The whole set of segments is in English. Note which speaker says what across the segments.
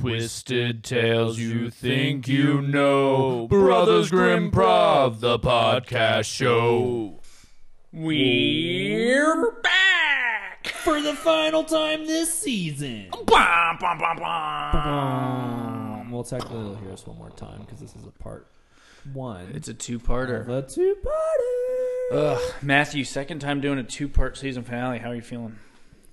Speaker 1: Twisted tales you think you know. Brothers Grimm Prov, the podcast show.
Speaker 2: We're back for the final time this season. Well, technically, you'll hear us one more time because this is a part one.
Speaker 3: It's a two-parter.
Speaker 2: The two party.
Speaker 3: Ugh, Matthew, second time doing a two-part season finale. How are you feeling?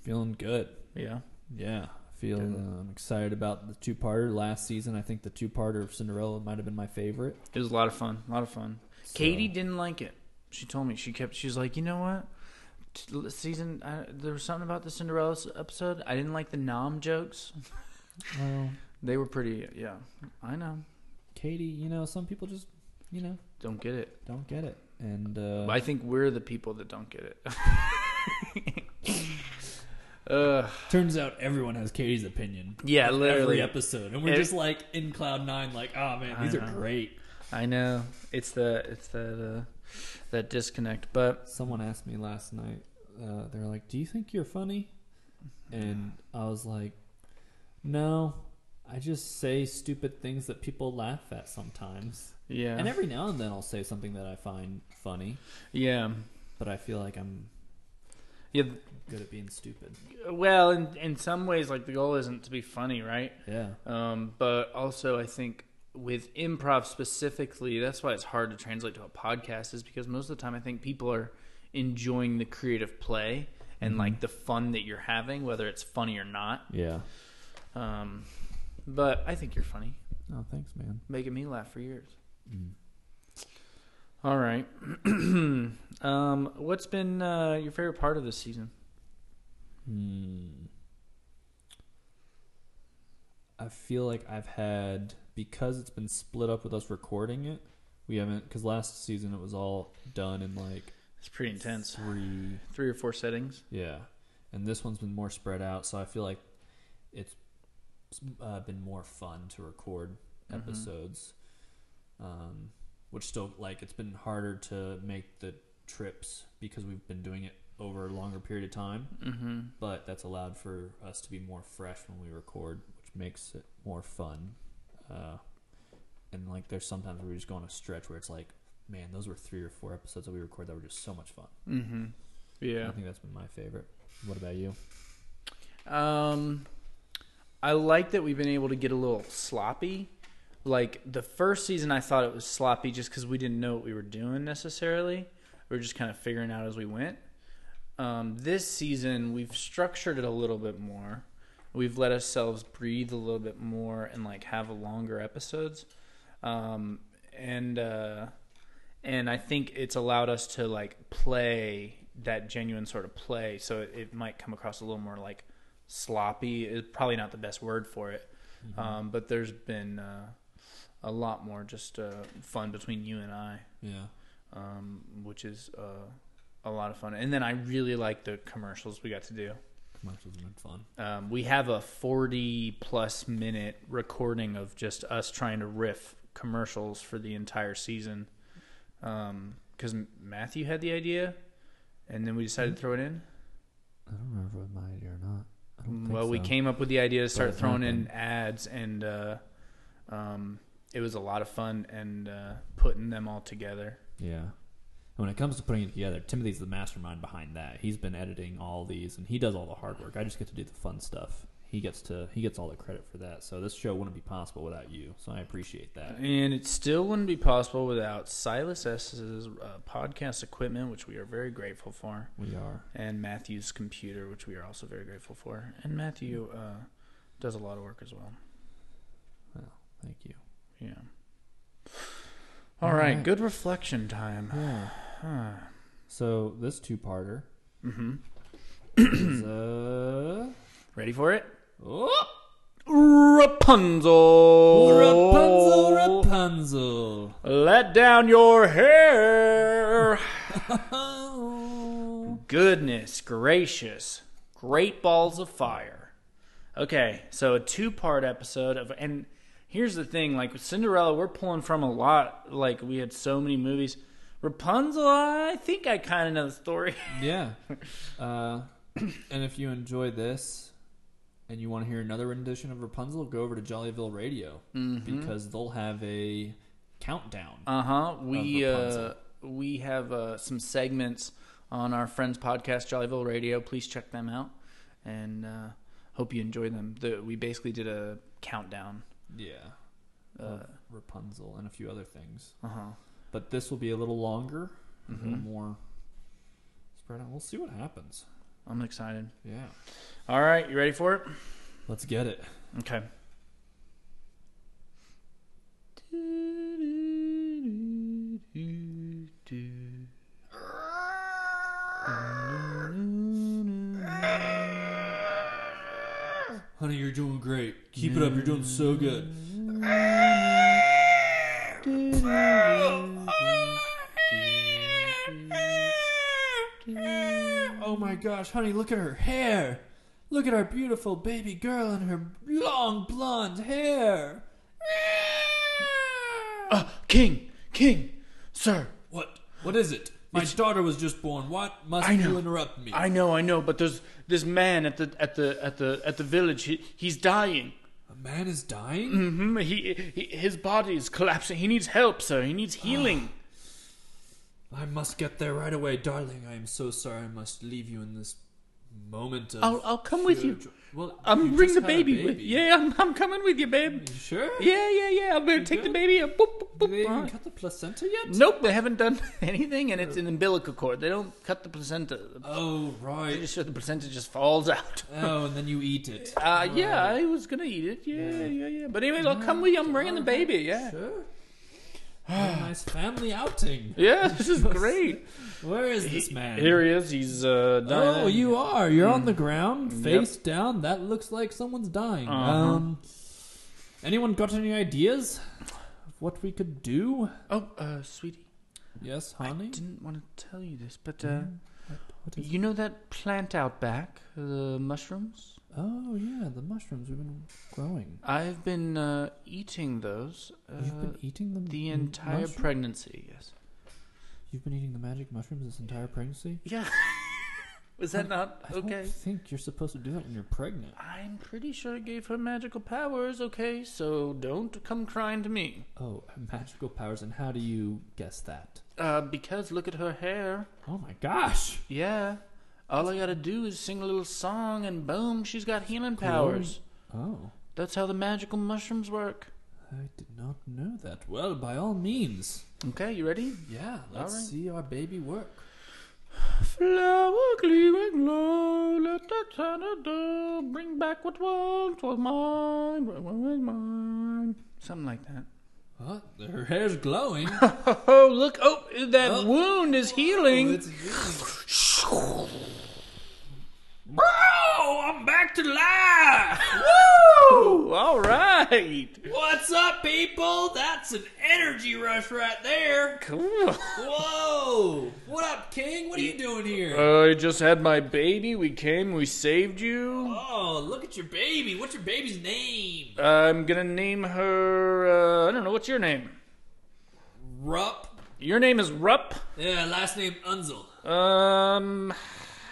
Speaker 2: Feeling good.
Speaker 3: Yeah.
Speaker 2: Yeah. Feeling um, excited about the two parter. Last season, I think the two parter of Cinderella might have been my favorite.
Speaker 3: It was a lot of fun. A lot of fun. Katie didn't like it. She told me she kept. She's like, you know what? T- Season I, there was something about the Cinderella s- episode. I didn't like the nom jokes.
Speaker 2: Well,
Speaker 3: They were pretty. Yeah, I know.
Speaker 2: Katie, you know, some people just, you know,
Speaker 3: Don't get it.
Speaker 2: don't get it. And uh,
Speaker 3: I think we're the people that don't get it. Ugh.
Speaker 2: turns out everyone has Katie's opinion.
Speaker 3: yeah,
Speaker 2: every
Speaker 3: literally.
Speaker 2: episode, and we're
Speaker 3: Ev-
Speaker 2: just like in cloud nine, like, oh man,
Speaker 3: I
Speaker 2: these are
Speaker 3: know.
Speaker 2: great.
Speaker 3: I know. It's the it's the, the that disconnect. But
Speaker 2: Someone asked me last night. Uh, they were like, "Do you think you're funny?" And I was like, "No, I just say stupid things that people laugh at sometimes,
Speaker 3: yeah,
Speaker 2: and every now and then I'll say something that I find funny,
Speaker 3: yeah,
Speaker 2: but I feel like I'm
Speaker 3: yeah.
Speaker 2: good at being stupid."
Speaker 3: Well, in in some ways, like the goal isn't to be funny, right?
Speaker 2: Yeah,
Speaker 3: Um, but also, I think with improv specifically, that's why it's hard to translate to a podcast, is because most of the time, I think people are enjoying the creative play and like the fun that you're having, whether it's funny or not.
Speaker 2: yeah.
Speaker 3: Um, but I think you're funny,
Speaker 2: Oh, thanks, man.
Speaker 3: making me laugh for years. All right. um, what's been uh, your favorite part of this season?
Speaker 2: Hmm. I feel like I've had because it's been split up with us recording it. We haven't because last season it was all done in like
Speaker 3: It's pretty intense.
Speaker 2: three,
Speaker 3: Three or four settings.
Speaker 2: yeah, and this one's been more spread out. So I feel like it's uh, been more fun to record episodes, um, which still like it's been harder to make the trips because we've been doing it over a longer period of time
Speaker 3: Mm-hmm.
Speaker 2: but that's allowed for us to be more fresh when we record, which makes it more fun. Uh, and like, there's sometimes where we just go on a stretch where it's like, man, those were three or four episodes that we recorded that were just so much fun.
Speaker 3: Mm-hmm. Yeah.
Speaker 2: I think that's been my favorite. What about you?
Speaker 3: Um, I like that we've been able to get a little sloppy. Like the first season, I thought it was sloppy just because we didn't know what we were doing necessarily. We were just kind of figuring out as we went. Um, this season, we've structured it a little bit more. We've let ourselves breathe a little bit more and like have a longer episodes. Um, and uh, and I think it's allowed us to like play that genuine sort of play. So it, it might come across a little more like sloppy. Is probably not the best word for it, um, but there's been uh, a lot more just uh, fun between you and I,
Speaker 2: Yeah.
Speaker 3: um, which is uh, a lot of fun. And then I really like the commercials we got to do.
Speaker 2: Commercials have been fun.
Speaker 3: Um, we have a 40 plus minute recording of just us trying to riff commercials for the entire season. Because Matthew had the idea, and then we decided to throw it in.
Speaker 2: I don't remember if it was my idea or not. I don't think
Speaker 3: well, we
Speaker 2: so.
Speaker 3: came up with the idea to start
Speaker 2: it
Speaker 3: throwing in ads, and uh, um, it was a lot of fun and uh, putting them all together.
Speaker 2: Yeah. And when it comes to putting it together, Timothy's the mastermind behind that. He's been editing all these, and he does all the hard work. I just get to do the fun stuff. He gets to he gets all the credit for that. So this show wouldn't be possible without you. So I appreciate that.
Speaker 3: And it still wouldn't be possible without Silas S's uh, podcast equipment, which we are very grateful for.
Speaker 2: We are.
Speaker 3: and Matthew's computer, which we are also very grateful for. And Matthew uh, does a lot of work as well.
Speaker 2: Well, thank you.
Speaker 3: Yeah.
Speaker 2: All
Speaker 3: All right,
Speaker 2: right.
Speaker 3: Good reflection time.
Speaker 2: Yeah.
Speaker 3: Huh.
Speaker 2: So this two parter
Speaker 3: Mm-hmm.
Speaker 2: is uh
Speaker 3: Ready for it?
Speaker 2: oh,
Speaker 3: Rapunzel.
Speaker 2: Rapunzel, Rapunzel.
Speaker 3: Let down your hair.
Speaker 2: Oh.
Speaker 3: Goodness gracious. Great balls of fire. Okay, so a two part episode of and here's the thing, like with Cinderella, we're pulling from a lot, like we had so many movies. Rapunzel, I think I kinda know the story.
Speaker 2: Yeah. Uh, and if you enjoy this, and you want to hear another rendition of Rapunzel, go over to Jollyville Radio because they'll have a countdown.
Speaker 3: Uh huh. We
Speaker 2: Of
Speaker 3: uh,
Speaker 2: Rapunzel.
Speaker 3: we have uh, some segments on our friends' podcast, Jollyville Radio. Please check them out, and uh, hope you enjoy them. The, we basically did a countdown.
Speaker 2: yeah, of Rapunzel and a few other things.
Speaker 3: Uh huh.
Speaker 2: But this will be a little longer, a little more spread out. We'll see what happens.
Speaker 3: I'm excited.
Speaker 2: Yeah,
Speaker 3: All right, you ready for it?
Speaker 2: let's get it.
Speaker 3: Okay.
Speaker 2: Honey, you're doing great. Keep it up. You're doing so good. Oh my gosh, honey, look at her hair. Look at our beautiful baby girl and her long blonde hair.
Speaker 3: Uh, king, king, sir.
Speaker 2: What? What is it? My daughter was just born. What must
Speaker 3: I know.
Speaker 2: you interrupt me?
Speaker 3: I know, I know, but there's this man at the at the at the at the village. He, he's dying.
Speaker 2: A man is dying?
Speaker 3: hmm He, he his body is collapsing. He needs help, sir. He needs healing.
Speaker 2: I must get there right away, darling. I am so sorry I must leave you in this moment of.
Speaker 3: I'll I'll come with
Speaker 2: pure
Speaker 3: you.
Speaker 2: jo- Well,
Speaker 3: I'm
Speaker 2: you
Speaker 3: Um, bring
Speaker 2: just
Speaker 3: the
Speaker 2: had a
Speaker 3: baby, with. Yeah, I'm I'm coming with you, babe.
Speaker 2: You sure?
Speaker 3: Yeah, yeah, yeah. I'm gonna take the
Speaker 2: good?
Speaker 3: baby. uh, boop, boop,
Speaker 2: Did
Speaker 3: boop.
Speaker 2: they even
Speaker 3: Uh,
Speaker 2: cut the placenta yet?
Speaker 3: Nope, they haven't done anything, and it's an umbilical cord. They don't cut the placenta.
Speaker 2: Oh,
Speaker 3: Pretty
Speaker 2: right.
Speaker 3: sure the placenta Uh, just falls out.
Speaker 2: Oh, and then you eat it.
Speaker 3: Uh, yeah, I was gonna eat it. Yeah, yeah, yeah. But anyways, I'll come with you. I'm bringing the baby. Yeah,
Speaker 2: Sure. What a nice family outing.
Speaker 3: yeah. This is great.
Speaker 2: Where is this man?
Speaker 3: Here he Mm. is. He's uh, dying.
Speaker 2: Oh, you are. You're on the ground, face down. That looks like someone's dying.
Speaker 3: Uh-huh.
Speaker 2: Um, anyone got any ideas of what we could do?
Speaker 3: Oh, uh, sweetie,
Speaker 2: Yes, honey.
Speaker 3: didn't want to tell you this, but uh,
Speaker 2: What is-
Speaker 3: you know that plant out back, the mushrooms.
Speaker 2: oh yeah, the mushrooms we've been growing.
Speaker 3: I've been uh, eating those uh,
Speaker 2: You've been eating them
Speaker 3: the
Speaker 2: m-
Speaker 3: entire
Speaker 2: mushroom-
Speaker 3: pregnancy. Yes.
Speaker 2: You've been eating the magic mushrooms this entire pregnancy.
Speaker 3: Yeah. Was that not
Speaker 2: I
Speaker 3: okay?
Speaker 2: don't think you're supposed to do that when you're pregnant.
Speaker 3: I'm pretty sure it gave her magical powers, okay? So don't come crying to me.
Speaker 2: Oh, magical powers! And how do you guess that?
Speaker 3: Uh, because look at her hair.
Speaker 2: Oh my gosh!
Speaker 3: Yeah. All I gotta do is sing a little song and boom, she's got healing powers.
Speaker 2: Oh,
Speaker 3: That's how the magical mushrooms work.
Speaker 2: I did not know that. Well, by all means.
Speaker 3: Okay, you ready?
Speaker 2: Yeah, let's
Speaker 3: Alright.
Speaker 2: see our baby work.
Speaker 3: Flower gleaming glow, let the tanner do, bring back what once was mine, what was mine. Something like that.
Speaker 2: What? Her Oh, hair's glowing.
Speaker 3: Oh, look, oh, that
Speaker 2: Oh.
Speaker 3: wound is healing.
Speaker 2: It's really- Bro, I'm back to life!
Speaker 3: Ooh, all right.
Speaker 2: What's up, people? That's an energy rush right there.
Speaker 3: Cool.
Speaker 2: Whoa! What up, King? What are you doing here?
Speaker 3: I just had my baby. We came, we saved you.
Speaker 2: Oh, look at your baby. What's your baby's name?
Speaker 3: I'm gonna name her, uh, I don't know, what's your name?
Speaker 2: Rup.
Speaker 3: Your name is Rup?
Speaker 2: Yeah, last name Unzel.
Speaker 3: Uh-huh. Um,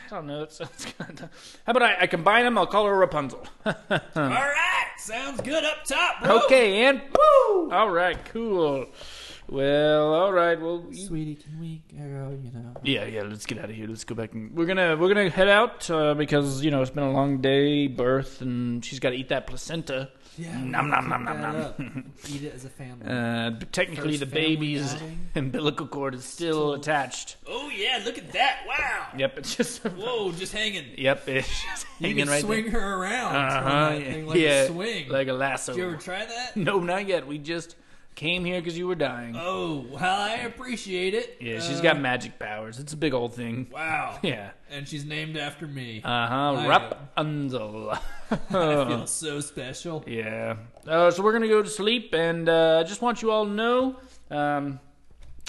Speaker 3: I don't know. That sounds kind of. How about I, I combine them? I'll call her Rapunzel.
Speaker 2: All right, sounds good up top, bro.
Speaker 3: okay, and woo! All right, cool. Well, all right. Well, you,
Speaker 2: Sweetie, can we go? You know.
Speaker 3: yeah, yeah. Let's get out of here. Let's go back and we're gonna we're gonna head out uh, because you know it's been a long day, birth, and she's got to eat that placenta.
Speaker 2: Yeah.
Speaker 3: Nom, nom, nom, nom, nom.
Speaker 2: Eat it as a family.
Speaker 3: Uh, but technically,
Speaker 2: First
Speaker 3: the
Speaker 2: family
Speaker 3: baby's
Speaker 2: outing.
Speaker 3: umbilical cord is still attached.
Speaker 2: oh yeah, look at that! Wow.
Speaker 3: Yep, it's just.
Speaker 2: Whoa, just hanging.
Speaker 3: Yep, it's just
Speaker 2: You
Speaker 3: hanging
Speaker 2: can
Speaker 3: right
Speaker 2: swing her around.
Speaker 3: there.
Speaker 2: Uh-huh, yeah. Thing like
Speaker 3: yeah,
Speaker 2: a swing.
Speaker 3: like a lasso.
Speaker 2: Did you ever try that?
Speaker 3: No, not yet. We just came here because you were dying.
Speaker 2: Oh well, I appreciate it.
Speaker 3: yeah, she's
Speaker 2: Uh,
Speaker 3: got magic powers. It's a big old thing.
Speaker 2: Wow.
Speaker 3: Yeah.
Speaker 2: And she's named after me.
Speaker 3: Uh huh.
Speaker 2: I
Speaker 3: Rap Unzel.
Speaker 2: I feel so special.
Speaker 3: yeah. Uh, so we're gonna go to sleep, and uh, I just want you all to know, um,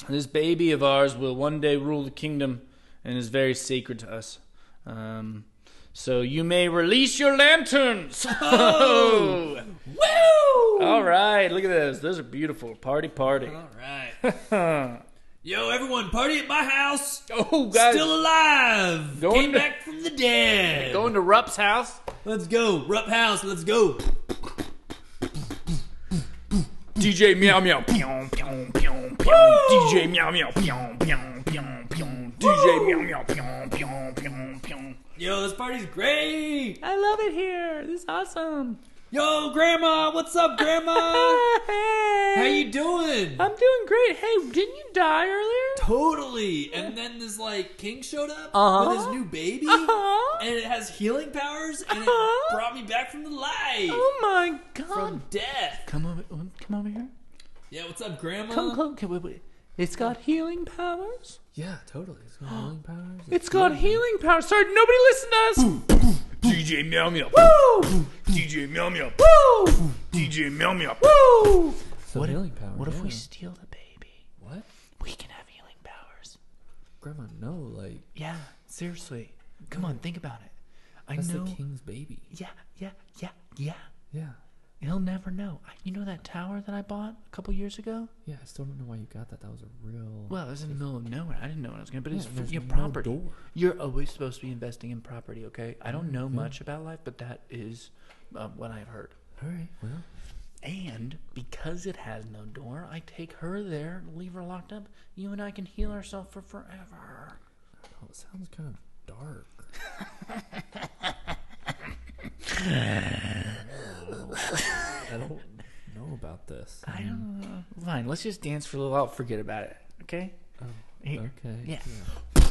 Speaker 3: this baby of ours will one day rule the kingdom, and is very sacred to us. Um, so you may release your lanterns. Oh.
Speaker 2: Woo!
Speaker 3: all right. Look at this. Those are beautiful. Party, party.
Speaker 2: All right. Yo, everyone, party at my house.
Speaker 3: Oh, guys.
Speaker 2: Still alive.
Speaker 3: Going
Speaker 2: Came
Speaker 3: to-
Speaker 2: back from the dead.
Speaker 3: Going to Rupp's house.
Speaker 2: Let's go. Rupp House, let's go.
Speaker 3: DJ Meow Meow.
Speaker 4: Pyong, pyong, pyong, pyong. DJ meow meow, pyong, pyong, pyong, pyong. DJ meow meow, pyong, pyong, pyong, pyong.
Speaker 2: Yo, this party's great.
Speaker 3: I love it here. This is awesome.
Speaker 2: Yo, Grandma, what's up, Grandma? How you doing?
Speaker 3: I'm doing great. Hey, didn't you die earlier?
Speaker 2: Totally. And then this like king showed up
Speaker 3: Uh-huh.
Speaker 2: with his new baby,
Speaker 3: Uh-huh.
Speaker 2: and it has healing powers, and
Speaker 3: Uh-huh.
Speaker 2: it brought me back from the life,
Speaker 3: Oh my god.
Speaker 2: from death.
Speaker 3: come over um, come over here.
Speaker 2: Yeah, what's up, Grandma?
Speaker 3: Come close. Okay, wait, wait. It's got healing powers.
Speaker 2: Yeah, totally. It's got healing powers.
Speaker 3: It's got healing powers. Sorry, nobody listen to
Speaker 4: DJ meow meow,
Speaker 3: us. Woo!
Speaker 4: DJ meow meow,
Speaker 3: Woo!
Speaker 4: DJ meow meow.
Speaker 3: Woo!
Speaker 2: So healing powers.
Speaker 3: What if we
Speaker 2: yeah.
Speaker 3: steal the baby?
Speaker 2: What?
Speaker 3: We can have healing powers.
Speaker 2: Grandma, no, like
Speaker 3: Yeah, seriously. Come on, think about it. I
Speaker 2: that's
Speaker 3: know.
Speaker 2: the king's baby.
Speaker 3: Yeah, yeah, yeah, yeah.
Speaker 2: Yeah.
Speaker 3: He'll never know. I- You know that tower that I bought a couple years ago?
Speaker 2: Yeah, I still don't know why you got that. That was a real.
Speaker 3: Well, it was in the middle of nowhere. I didn't know what I was going to, but
Speaker 2: Yeah,
Speaker 3: it's
Speaker 2: and
Speaker 3: for
Speaker 2: there's
Speaker 3: your
Speaker 2: no
Speaker 3: property.
Speaker 2: door.
Speaker 3: You're always supposed to be investing in property, okay? I don't know much about life, but that is um, what I've heard.
Speaker 2: All right. Well.
Speaker 3: And because it has no door, I take her there, leave her locked up. You and I can heal ourselves for forever.
Speaker 2: Oh, it sounds kind of dark. I don't know about this.
Speaker 3: I don't know. Mm. Fine, let's just dance for a little while. Forget about it, okay? Here.
Speaker 2: Okay.
Speaker 3: Yeah.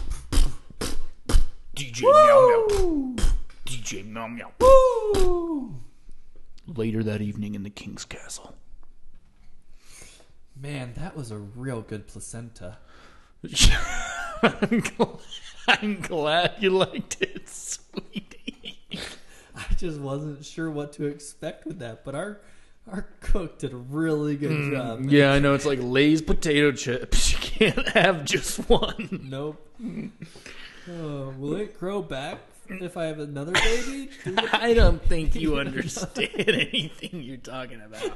Speaker 4: DJ meow meow, DJ meow meow.
Speaker 3: Later that evening in the king's castle.
Speaker 2: Man, that was a real good placenta.
Speaker 3: I'm, glad, I'm glad you liked it, sweetie.
Speaker 2: I just wasn't sure what to expect with that, but our our cook did a really good
Speaker 3: Mm.
Speaker 2: job. man.
Speaker 3: Yeah, I know. It's like Lay's potato chips. You can't have just one.
Speaker 2: Nope. Oh, will it grow back if I have another baby? Does it-
Speaker 3: I don't think you understand anything you're talking about.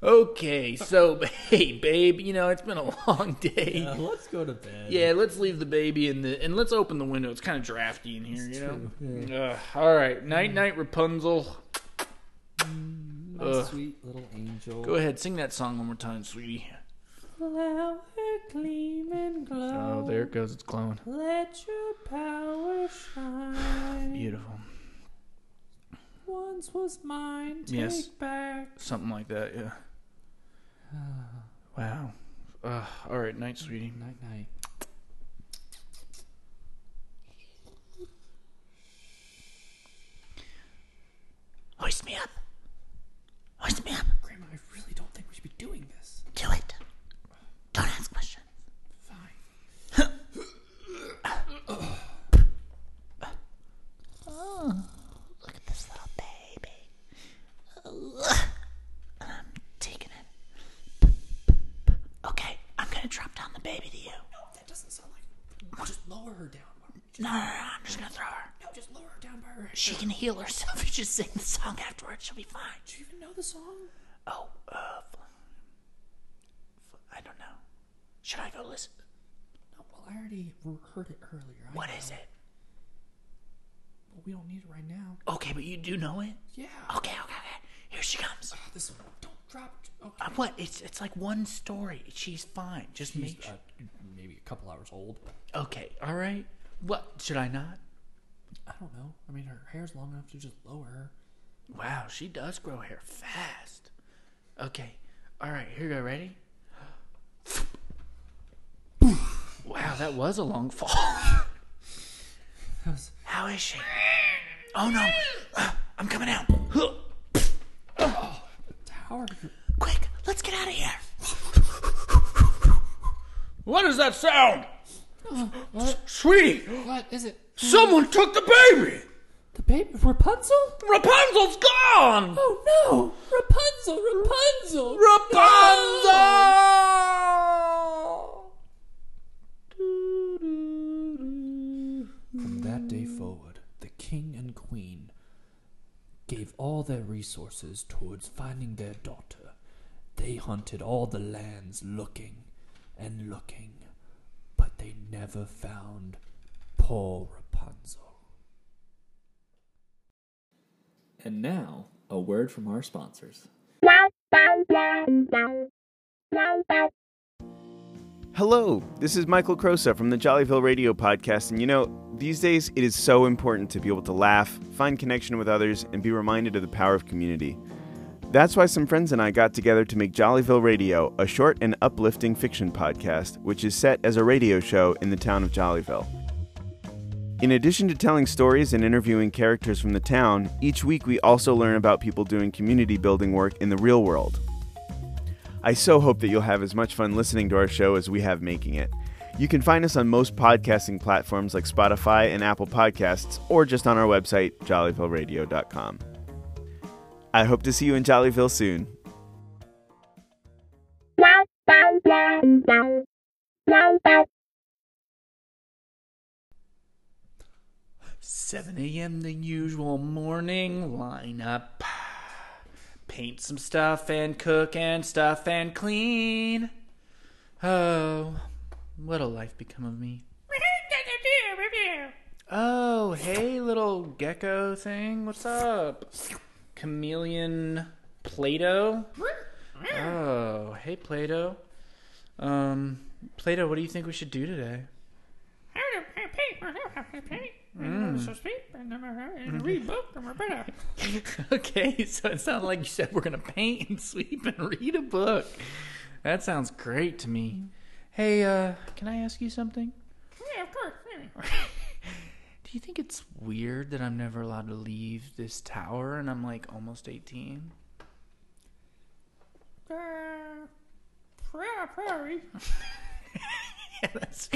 Speaker 3: Okay, so hey, babe, you know it's been a long day.
Speaker 2: Yeah, Uh, let's go to bed.
Speaker 3: Yeah, let's leave the baby in the and let's open the window. It's kind of drafty in here, you know.
Speaker 2: true,
Speaker 3: Ugh, all right, night, night, Rapunzel.
Speaker 2: My
Speaker 3: Ugh.
Speaker 2: sweet little angel.
Speaker 3: Go ahead, sing that song one more time, sweetie.
Speaker 2: Flower gleam and glow.
Speaker 3: Oh, there it goes. It's glowing.
Speaker 2: Let your power shine.
Speaker 3: Beautiful.
Speaker 2: Once was mine. Take
Speaker 3: Yes.
Speaker 2: back.
Speaker 3: Something like that. Yeah. Wow. Ugh, all right, night, sweetie.
Speaker 2: Night night.
Speaker 4: Hoist me up, hoist me up.
Speaker 2: Grandma, I really don't think we should be doing this.
Speaker 4: Do it. Don't ask questions.
Speaker 2: Fine.
Speaker 4: Look at this little baby. I'm taking it. Okay, I'm gonna drop down the baby to you.
Speaker 2: No, that doesn't sound like. Just lower her down. Mark.
Speaker 4: No, no, no, I'm just gonna throw her.
Speaker 2: No, just lower her down by her.
Speaker 4: She can heal herself. You just sing the song afterwards. She'll be fine.
Speaker 2: Do you even know the song?
Speaker 4: Oh, uh, f- f- I don't know. Should I go listen?
Speaker 2: No, well, I already re- heard it earlier. I,
Speaker 4: What is it?
Speaker 2: But we don't need it right now.
Speaker 4: Okay, but you do know it.
Speaker 2: Yeah.
Speaker 4: Okay, okay, okay. Here she comes.
Speaker 2: This one. Don't drop. Okay.
Speaker 4: Uh, what? It's it's like one story. She's fine. Just make.
Speaker 2: She's,
Speaker 4: Sure.
Speaker 2: uh, maybe a couple hours old.
Speaker 4: Okay, all right. What should I not?
Speaker 2: I don't know. I mean, her hair's long enough to just lower her.
Speaker 4: Wow, she does grow hair fast. Okay, all right. Here you go. Ready?
Speaker 3: Wow, that was a long fall.
Speaker 4: How is she? Oh no! Ah, I'm coming out. Huh.
Speaker 2: Tower.
Speaker 4: Quick, let's get out of here.
Speaker 3: What is that sound?
Speaker 2: What?
Speaker 3: Sweetie,
Speaker 2: What is it?
Speaker 3: someone took the baby!
Speaker 2: The baby Rapunzel?
Speaker 3: Rapunzel's gone!
Speaker 2: Oh no! Rapunzel! Rapunzel!
Speaker 3: Rapunzel!
Speaker 2: From that day forward, the king and queen gave all their resources towards finding their daughter. They hunted all the lands looking,
Speaker 5: and looking, but they never found poor Rapunzel. And now, a word from our sponsors.
Speaker 6: Hello, this is Michael Crosa from the Jollyville Radio Podcast, and you know, these days it is so important to be able to laugh, find connection with others, and be reminded of the power of community. That's why some friends and I got together to make Jollyville Radio, a short and uplifting fiction podcast, which is set as a radio show in the town of Jollyville. In addition to telling stories and interviewing characters from the town, each week we also learn about people doing community building work in the real world. I so hope that you'll have as much fun listening to our show as we have making it. You can find us on most podcasting platforms like Spotify and Apple Podcasts, or just on our website, jollyvilleradio.com. I hope to see you in Jollyville soon.
Speaker 3: Seven a.m. the usual morning lineup. Paint some stuff and cook and stuff and clean. Oh, what'll life become of me? Oh, hey, little gecko thing. What's up? Chameleon Plato. Oh, hey, Plato. Um, Plato, what do you think we should do today? okay, so it sounded like you said we're gonna paint and sweep and read a book. That sounds great to me. Hey, uh, can I ask you something? Do you think it's weird that I'm never allowed to leave this tower and I'm like almost 18?
Speaker 2: Probably.
Speaker 3: Yeah, that's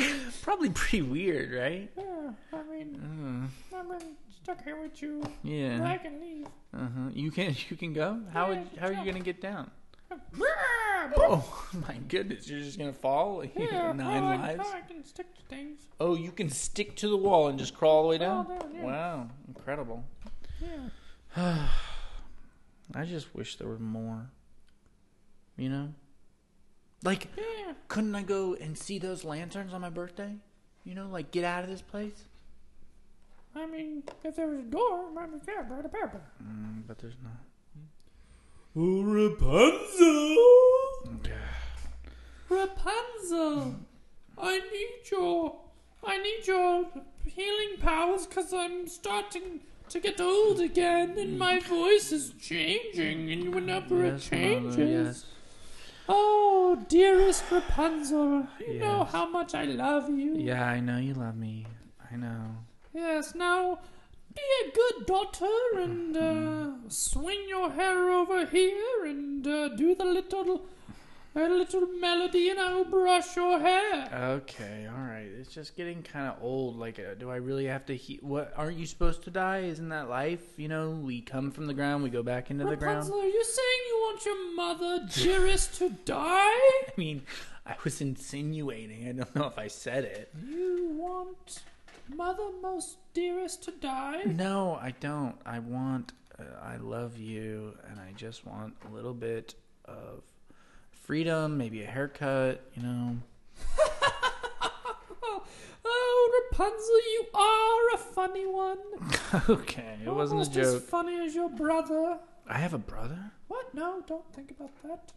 Speaker 3: probably pretty weird, right?
Speaker 2: Yeah, I mean,
Speaker 3: Mm,
Speaker 2: I've been stuck here with you. I
Speaker 3: Uh-huh. yeah.
Speaker 2: can leave.
Speaker 3: Uh-huh. You can you can go. How would, how are you gonna get down?
Speaker 2: Yeah,
Speaker 3: Oh my goodness! You're just gonna fall like, nine
Speaker 2: well, oh, I,
Speaker 3: lives.
Speaker 2: I can stick to things.
Speaker 3: Oh, you can stick to the wall and just crawl all the way down?
Speaker 2: down, yeah.
Speaker 3: Wow, incredible.
Speaker 2: Yeah.
Speaker 3: I just wish there were more. You know? Like,
Speaker 2: Yeah.
Speaker 3: couldn't I go and see those lanterns on my birthday? You know, like get out of this place?
Speaker 2: I mean, if there was a door, I might be there, but
Speaker 3: Mm, but there's not.
Speaker 5: Oh, Rapunzel!
Speaker 2: Rapunzel, I need your, I need your healing powers because I'm starting to get old again, and
Speaker 3: Mm.
Speaker 2: my voice is changing, and whenever it changes, oh dearest Rapunzel, you know
Speaker 3: Yes.
Speaker 2: how much I love you.
Speaker 3: Yeah, I know you love me. I know.
Speaker 2: Yes, now be a good daughter and uh, swing your hair over here and uh, do the little, a little melody, and I'll brush your hair.
Speaker 3: Okay, all right. It's just getting kind of old. Like, uh, do I really have to? He- what aren't you supposed to die? Isn't that life? You know, we come from the ground, we go back into the ground.
Speaker 2: Rapunzel, are you saying you want your mother, Jiris, to die?
Speaker 3: I mean, I was insinuating. I don't know if I said it.
Speaker 2: You want mother most dearest to die?
Speaker 3: No, I don't. I want, uh, I love you, and I just want a little bit of freedom, maybe a haircut, you know.
Speaker 2: Oh, Rapunzel, you are a funny one.
Speaker 3: okay, it wasn't a
Speaker 2: Almost as
Speaker 3: joke.
Speaker 2: funny as your brother.
Speaker 3: I have a brother?
Speaker 2: What? No, don't think about that.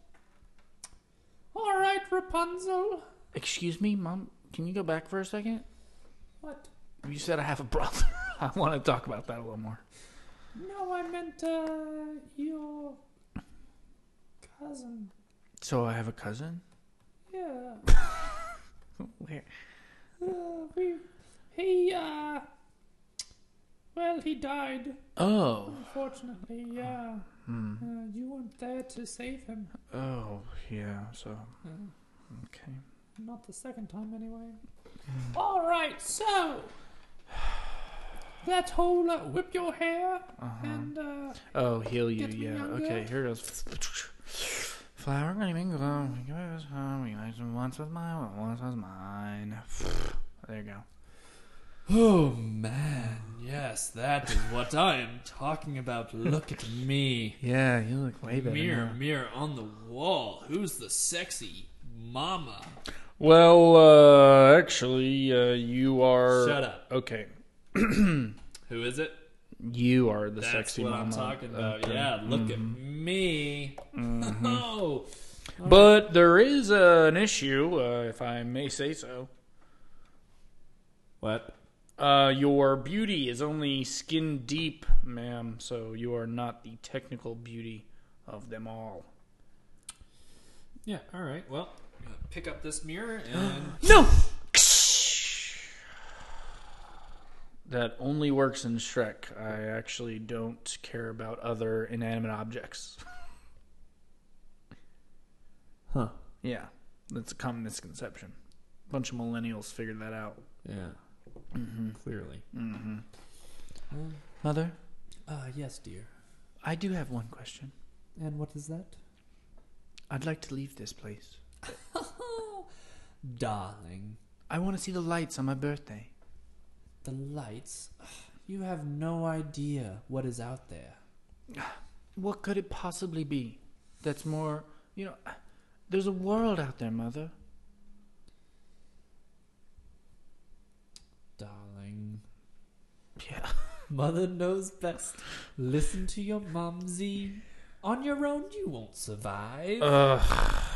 Speaker 2: All right, Rapunzel.
Speaker 3: Excuse me, Mom, can you go back for a second?
Speaker 2: What?
Speaker 3: You said I have a brother. I want to talk about that a little more.
Speaker 2: No, I meant uh, your cousin.
Speaker 3: So I have a cousin?
Speaker 2: Yeah.
Speaker 3: Where?
Speaker 2: Uh, we, he, uh, well, he died,
Speaker 3: Oh,
Speaker 2: unfortunately, yeah. Uh, you weren't there to save him.
Speaker 3: Hmm. oh, yeah, so,
Speaker 2: Uh,
Speaker 3: okay.
Speaker 2: not the second time, anyway. All right, so that whole uh, whip your hair
Speaker 5: Uh-huh.
Speaker 2: and uh,
Speaker 3: Oh, heal you,
Speaker 2: Gets me
Speaker 3: yeah.
Speaker 2: younger.
Speaker 3: Okay, here it goes. Flower gleaming glow, we give us home, we nice and once was mine, what once was mine. There you go.
Speaker 5: Oh man, yes, that is what I am talking about. Look at me.
Speaker 3: Yeah, you look way better.
Speaker 5: Mirror,
Speaker 3: now.
Speaker 5: mirror on the wall. Who's the sexy mama?
Speaker 3: Well, uh, actually, uh, you are.
Speaker 2: Shut up.
Speaker 3: Okay.
Speaker 2: Who is it?
Speaker 3: You are the
Speaker 2: That's
Speaker 3: sexy
Speaker 2: what
Speaker 3: mama.
Speaker 2: I'm talking about.
Speaker 3: Okay. Mm-hmm.
Speaker 2: Yeah, look at me. oh,
Speaker 3: But there is uh, an issue, uh, if I may say so.
Speaker 2: what?
Speaker 3: Uh, your beauty is only skin deep, ma'am, so you are not the technical beauty of them all.
Speaker 2: Yeah. All right. Well, I'm gonna pick up this mirror and
Speaker 3: No! That only works in Shrek. I actually don't care about other inanimate objects.
Speaker 2: huh.
Speaker 3: Yeah, that's a common misconception. A bunch of millennials figured that out.
Speaker 2: Yeah.
Speaker 3: Mm-hmm.
Speaker 2: Clearly.
Speaker 3: Mother,
Speaker 2: Ah, yes, dear.
Speaker 3: I do have one question.
Speaker 2: And what is that?
Speaker 3: I'd like to leave this place.
Speaker 2: Darling,
Speaker 3: I want to see the lights on my birthday.
Speaker 2: the lights. You have no idea what is out there.
Speaker 3: What could it possibly be that's more, you know, there's a world out there, Mother.
Speaker 2: Darling,
Speaker 3: Yeah.
Speaker 2: mother knows best. Listen to your mumsy. On your own, you won't survive.
Speaker 1: Uh-huh.
Speaker 3: Uh,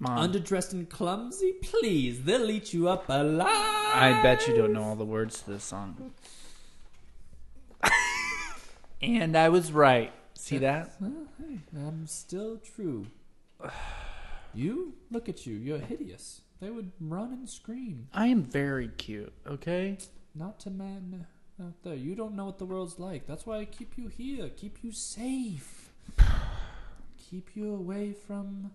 Speaker 3: Mom,
Speaker 2: Underdressed and clumsy, please, they'll eat you up alive.
Speaker 3: I bet you don't know all the words to this song. and I was right. See that?
Speaker 2: I'm still true. You? Look at you. You're hideous. They would run and scream.
Speaker 3: I am very cute, okay?
Speaker 2: Not to men out there. You don't know what the world's like. That's why I keep you here. Keep you safe. keep you away from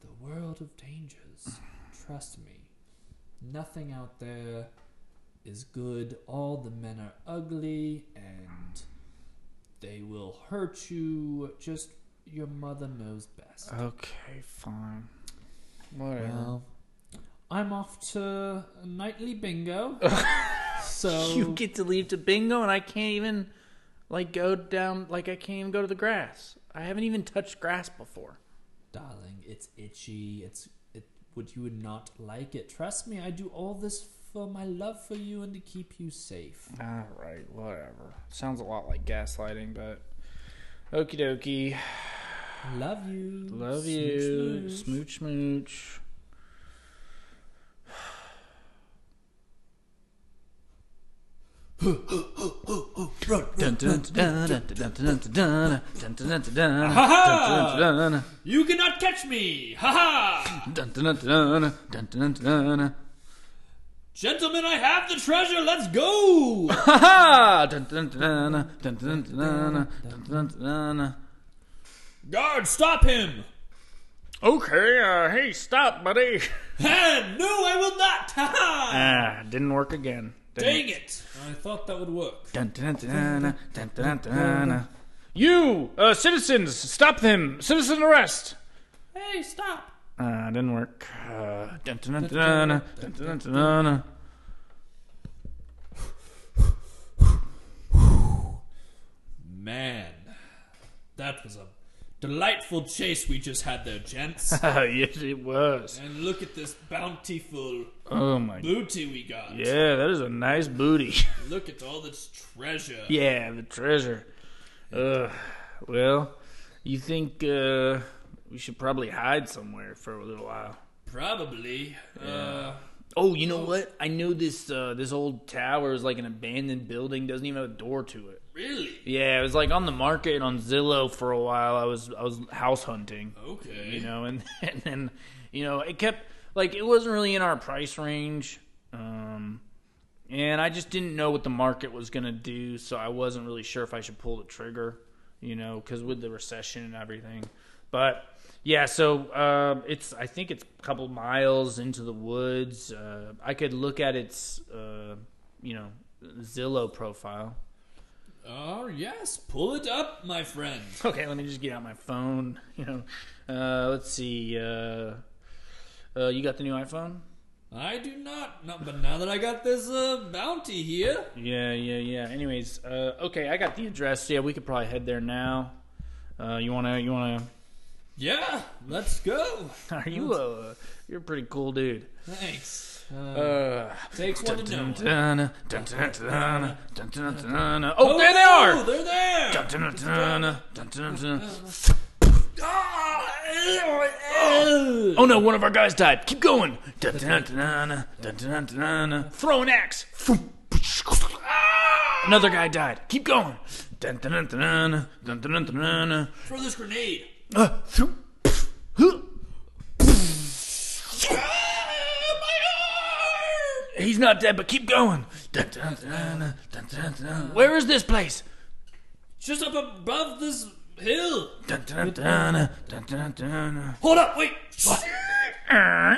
Speaker 2: the world of dangers. Trust me. Nothing out there is good. All the men are ugly and they will hurt you. Just your mother knows best.
Speaker 3: Okay, fine. Whatever.
Speaker 2: Well, I'm off to nightly bingo. so
Speaker 3: you get to leave to bingo and I can't even like go down like I can't even go to the grass. I haven't even touched grass before.
Speaker 2: darling, it's itchy. It's it. Would you would not like it? Trust me. I do all this for my love for you and to keep you safe.
Speaker 3: All right, whatever. Sounds a lot like gaslighting, but okie dokie.
Speaker 2: Love you.
Speaker 3: Love
Speaker 2: Smooch,
Speaker 3: you.
Speaker 2: smooch.
Speaker 3: Smooch smooch. Dun, dun, dun, dun, dun, dun, dun, dun, dun, dun, dun, dun, dun,
Speaker 4: You cannot catch me! Ha ha!
Speaker 3: dun, dun, dun, dun, dun, dun, dun.
Speaker 4: Gentlemen, I have the treasure, let's go!
Speaker 3: Ha ha! Dun, dun, dun, dun, dun, dun, dun, dun, dun.
Speaker 4: Guard, stop him!
Speaker 3: Okay, uh, hey, stop, buddy.
Speaker 4: And no, I will not! Ha ha!
Speaker 3: Ah, didn't work again.
Speaker 4: Dang it!
Speaker 2: I thought that would work.
Speaker 3: Dun, dun, dun, dun, dun, dun, dun. You, uh, citizens, stop them! Citizen arrest!
Speaker 4: Hey, stop!
Speaker 3: Uh, didn't work. Uh, dun, dun, dun, dun, dun, dun, dun, dun.
Speaker 4: Man, that was a delightful chase we just had there, gents.
Speaker 3: Ah, yes, it was.
Speaker 4: and look at this bountiful
Speaker 3: Oh my.
Speaker 4: booty we got.
Speaker 3: Yeah, that is a nice booty.
Speaker 4: Look at all this treasure.
Speaker 3: yeah, the treasure. Ugh. Well, you think, uh, we should probably hide somewhere for a little while.
Speaker 4: Probably. Uh,
Speaker 3: Oh, you know what? I know this uh, this old tower is like an abandoned building, doesn't even have a door to it.
Speaker 4: really?
Speaker 3: Yeah, it was like on the market and on Zillow for a while. I was I was house hunting,
Speaker 4: Okay.
Speaker 3: you know, and and then you know it kept like it wasn't really in our price range, um, and I just didn't know what the market was gonna do, so I wasn't really sure if I should pull the trigger, you know, because with the recession and everything. But yeah, so um, it's I think it's a couple miles into the woods. Uh, I could look at its uh, you know Zillow profile.
Speaker 4: Oh, yes. Pull it up, my friend.
Speaker 3: Okay, let me just get out my phone. You know, uh, let's see. Uh, uh, you got the new iPhone?
Speaker 4: I do not. No, but now that I got this uh, bounty here,
Speaker 3: Yeah, yeah, yeah. Anyways, uh, okay, I got the address. Yeah, we could probably head there now. Uh, you wanna, you wanna
Speaker 2: Yeah, let's go.
Speaker 3: Are you a? You're a pretty cool dude.
Speaker 2: Thanks.
Speaker 3: Uh,
Speaker 2: Takes one to know. one.
Speaker 3: dun, dun, dun, dun, dun, dun, dun, dun.
Speaker 2: Oh,
Speaker 3: Oh, there they
Speaker 2: no,
Speaker 3: are!
Speaker 2: They're there.
Speaker 3: Dun, dun, dun, dun, dun, dun, dun.
Speaker 2: Oh,
Speaker 3: Oh no, one of our guys died. Keep going. Dun, dun, dun, dun, dun, dun, dun, dun. Throw an axe. Another guy died. Keep going. Dun, dun, dun, dun, dun, dun, dun, dun.
Speaker 2: Throw this grenade.
Speaker 3: Uh, throw- huh. He's not dead, but keep going. Dun, dun, dun, dun, dun, dun. Where is this place?
Speaker 2: Just up above this hill.
Speaker 3: Dun, dun, dun, dun, dun, dun.
Speaker 2: Hold up, wait.
Speaker 3: Uh.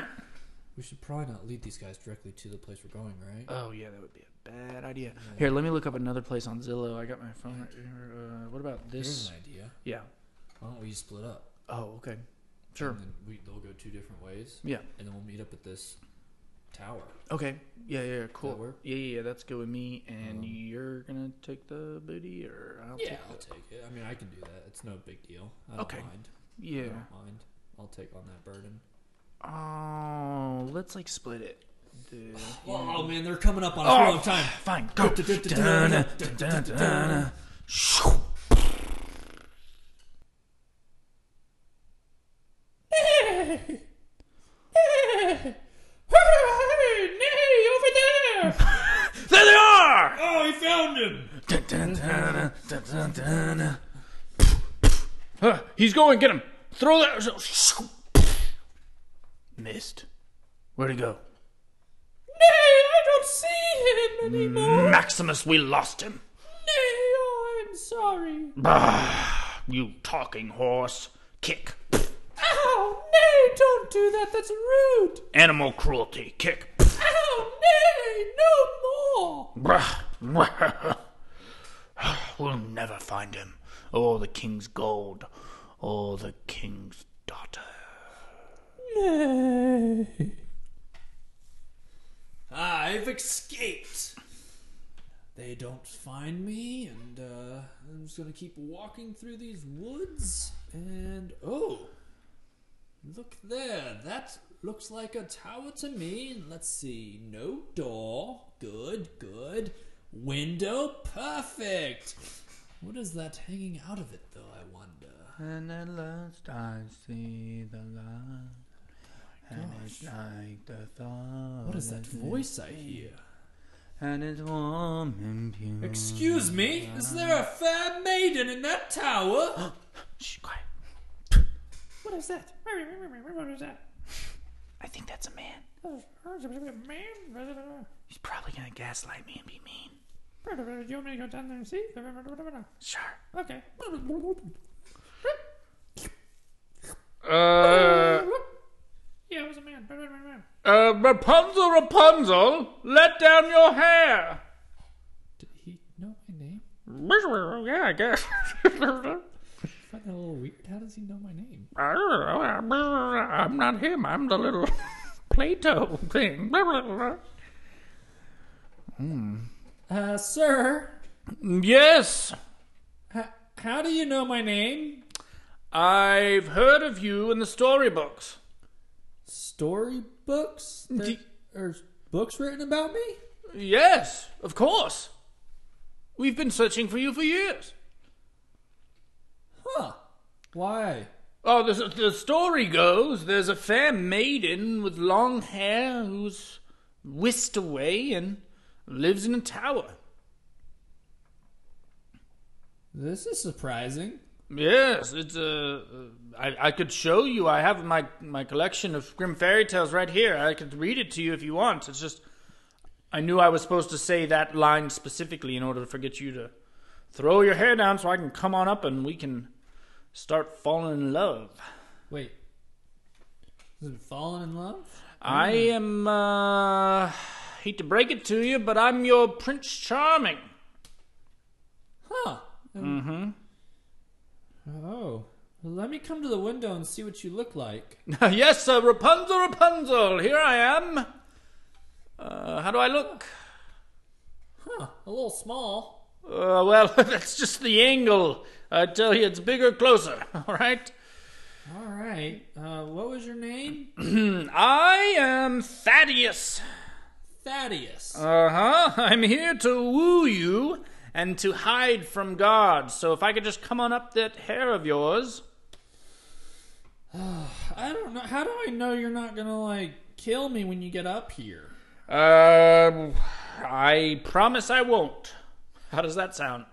Speaker 2: We should probably not lead these guys directly to the place we're going, right?
Speaker 3: Oh yeah, that would be a bad idea. Here, let me look up another place on Zillow. I got my phone. Right here. Uh, what about
Speaker 2: Here's
Speaker 3: this?
Speaker 2: an idea.
Speaker 3: Yeah.
Speaker 2: Why don't we split up?
Speaker 3: Oh, okay. Sure.
Speaker 2: And then we, they'll go two different ways,
Speaker 3: Yeah.
Speaker 2: and then we'll meet up at this tower.
Speaker 3: Okay. Yeah, yeah, yeah. Cool.
Speaker 2: work?
Speaker 3: Yeah, yeah, yeah. That's good with me. And you're gonna take the booty, or I'll
Speaker 2: Yeah,
Speaker 3: Take
Speaker 2: I'll
Speaker 3: it.
Speaker 2: take it. I mean, I can do that. It's no big deal. I don't
Speaker 3: Okay.
Speaker 2: mind.
Speaker 3: Yeah.
Speaker 2: I don't mind. I'll take on that burden.
Speaker 3: Oh, let's like split it. Dude.
Speaker 2: Oh man, they're coming up on us.
Speaker 3: Oh,
Speaker 2: We're out of time.
Speaker 3: Fine. Go. Dun, dun, dun, dun.
Speaker 4: Hey, over there!
Speaker 3: There they are.
Speaker 2: Oh, he found him.
Speaker 3: Dun, dun, dun, dun, dun, dun. Huh, he's going. Get him. Throw that. Missed. Where'd he go?
Speaker 4: Nay, I don't see
Speaker 2: Mm.
Speaker 4: him anymore.
Speaker 3: Maximus, we lost him.
Speaker 4: Nay, oh, I'm sorry.
Speaker 3: Bah, you talking horse. Kick.
Speaker 4: Ow, nay, don't do that. That's rude.
Speaker 3: Animal cruelty. Kick.
Speaker 4: Ow, nay, no more.
Speaker 3: Bah. we'll never find him. Oh, the king's gold. Oh, the king's daughter.
Speaker 4: Nay.
Speaker 2: Ah, I've escaped. They don't find me, and uh, I'm just gonna keep walking through these woods. And oh, look there. That looks like a tower to me. And let's see. No door. Good, good. Window, perfect. What is that hanging out of it, though? I wonder.
Speaker 3: And at last I see the light. And it's like the thought.
Speaker 2: What is that voice I hear?
Speaker 3: And it's warm and pure.
Speaker 2: Excuse me, is there a fair maiden in that tower?
Speaker 3: Shh, quiet.
Speaker 4: What is that? What is that?
Speaker 3: I think that's a man.
Speaker 4: Man?
Speaker 3: He's probably gonna gaslight me and be mean.
Speaker 4: Do you want me to go down there and see?
Speaker 3: Sure.
Speaker 4: Okay.
Speaker 3: Uh.
Speaker 4: Yeah, it was a man.
Speaker 3: Uh, Rapunzel, Rapunzel, let down your hair.
Speaker 2: Did he know my name?
Speaker 3: Yeah, I guess.
Speaker 2: find that a little weird. How does he know my name?
Speaker 3: I'm not him. I'm the little Plato thing.
Speaker 2: Uh, sir,
Speaker 3: Yes,
Speaker 2: h- how do you know my name?
Speaker 3: I've heard of you in the storybooks.
Speaker 2: Storybooks? There
Speaker 3: D-
Speaker 2: are books written about me?
Speaker 3: Yes, of course. We've been searching for you for years.
Speaker 2: Huh. Why?
Speaker 3: Oh, the, the story goes there's a fair maiden with long hair who's whisked away and lives in a tower.
Speaker 2: This is surprising.
Speaker 3: Yes, it's a. I, I could show you. I have my my collection of grim fairy tales right here. I could read it to you if you want. It's just, I knew I was supposed to say that line specifically in order to forget you to throw your hair down, so I can come on up and we can start falling in love.
Speaker 2: Wait. Is it falling in love?
Speaker 3: I am. uh... Hate to break it to you, but I'm your Prince Charming.
Speaker 2: Huh. Mm hmm. Oh. Let me come to the window and see what you look like.
Speaker 3: yes, sir, Rapunzel, Rapunzel. Here I am. Uh, how do I look?
Speaker 2: Huh. A little small.
Speaker 3: Uh, well, that's just the angle. I tell you, it's bigger, closer. All right.
Speaker 2: All right. Uh, what was your name?
Speaker 3: I am Thaddeus.
Speaker 2: Thaddeus.
Speaker 3: Uh huh. I'm here to woo you and to hide from God. So if I could just come on up that hair of yours.
Speaker 2: I don't know. How do I know you're not gonna like kill me when you get up here?
Speaker 3: Um, I promise I won't. How does that sound?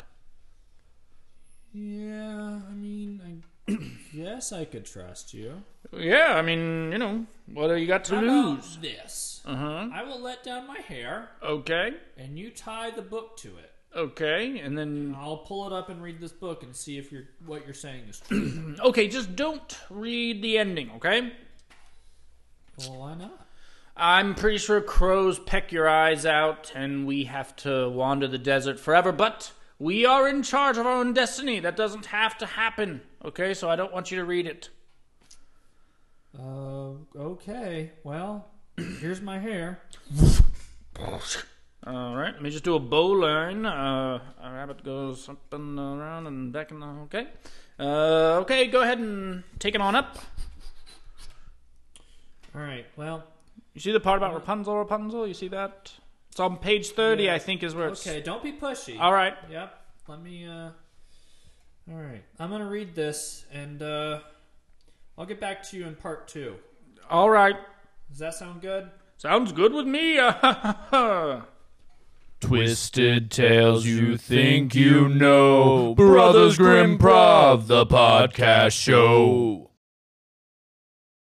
Speaker 2: Yeah. I mean, I guess I could trust you.
Speaker 3: Yeah, I mean, you know, what do you got to
Speaker 2: How about
Speaker 3: lose?
Speaker 2: this.
Speaker 3: Uh-huh.
Speaker 2: I will let down my hair,
Speaker 3: Okay,
Speaker 2: and you tie the book to it.
Speaker 3: okay, and then
Speaker 2: I'll pull it up and read this book and see if you're what you're saying is true.
Speaker 3: okay, just don't read the ending, okay?
Speaker 2: well, why not?
Speaker 3: I'm pretty sure crows peck your eyes out, and we have to wander the desert forever. But we are in charge of our own destiny. That doesn't have to happen, okay? So I don't want you to read it.
Speaker 2: Uh, okay. Well, here's my hair.
Speaker 3: All right, let me just do a bow line. Uh, a rabbit goes up and around and back and okay. Uh, okay, go ahead and take it on up.
Speaker 2: All right. Well,
Speaker 3: You see the part about Rapunzel, Rapunzel? You see that? It's on page thirty,
Speaker 2: Yeah.
Speaker 3: I think, is where it's.
Speaker 2: okay. Don't be pushy.
Speaker 3: All right.
Speaker 2: Yep. Let me. Uh, all right. I'm gonna read this, and uh, I'll get back to you in part two.
Speaker 3: All right.
Speaker 2: Does that sound good?
Speaker 3: Sounds good with me.
Speaker 1: Twisted tales you think you know. Brothers Grimm Prov, the podcast show.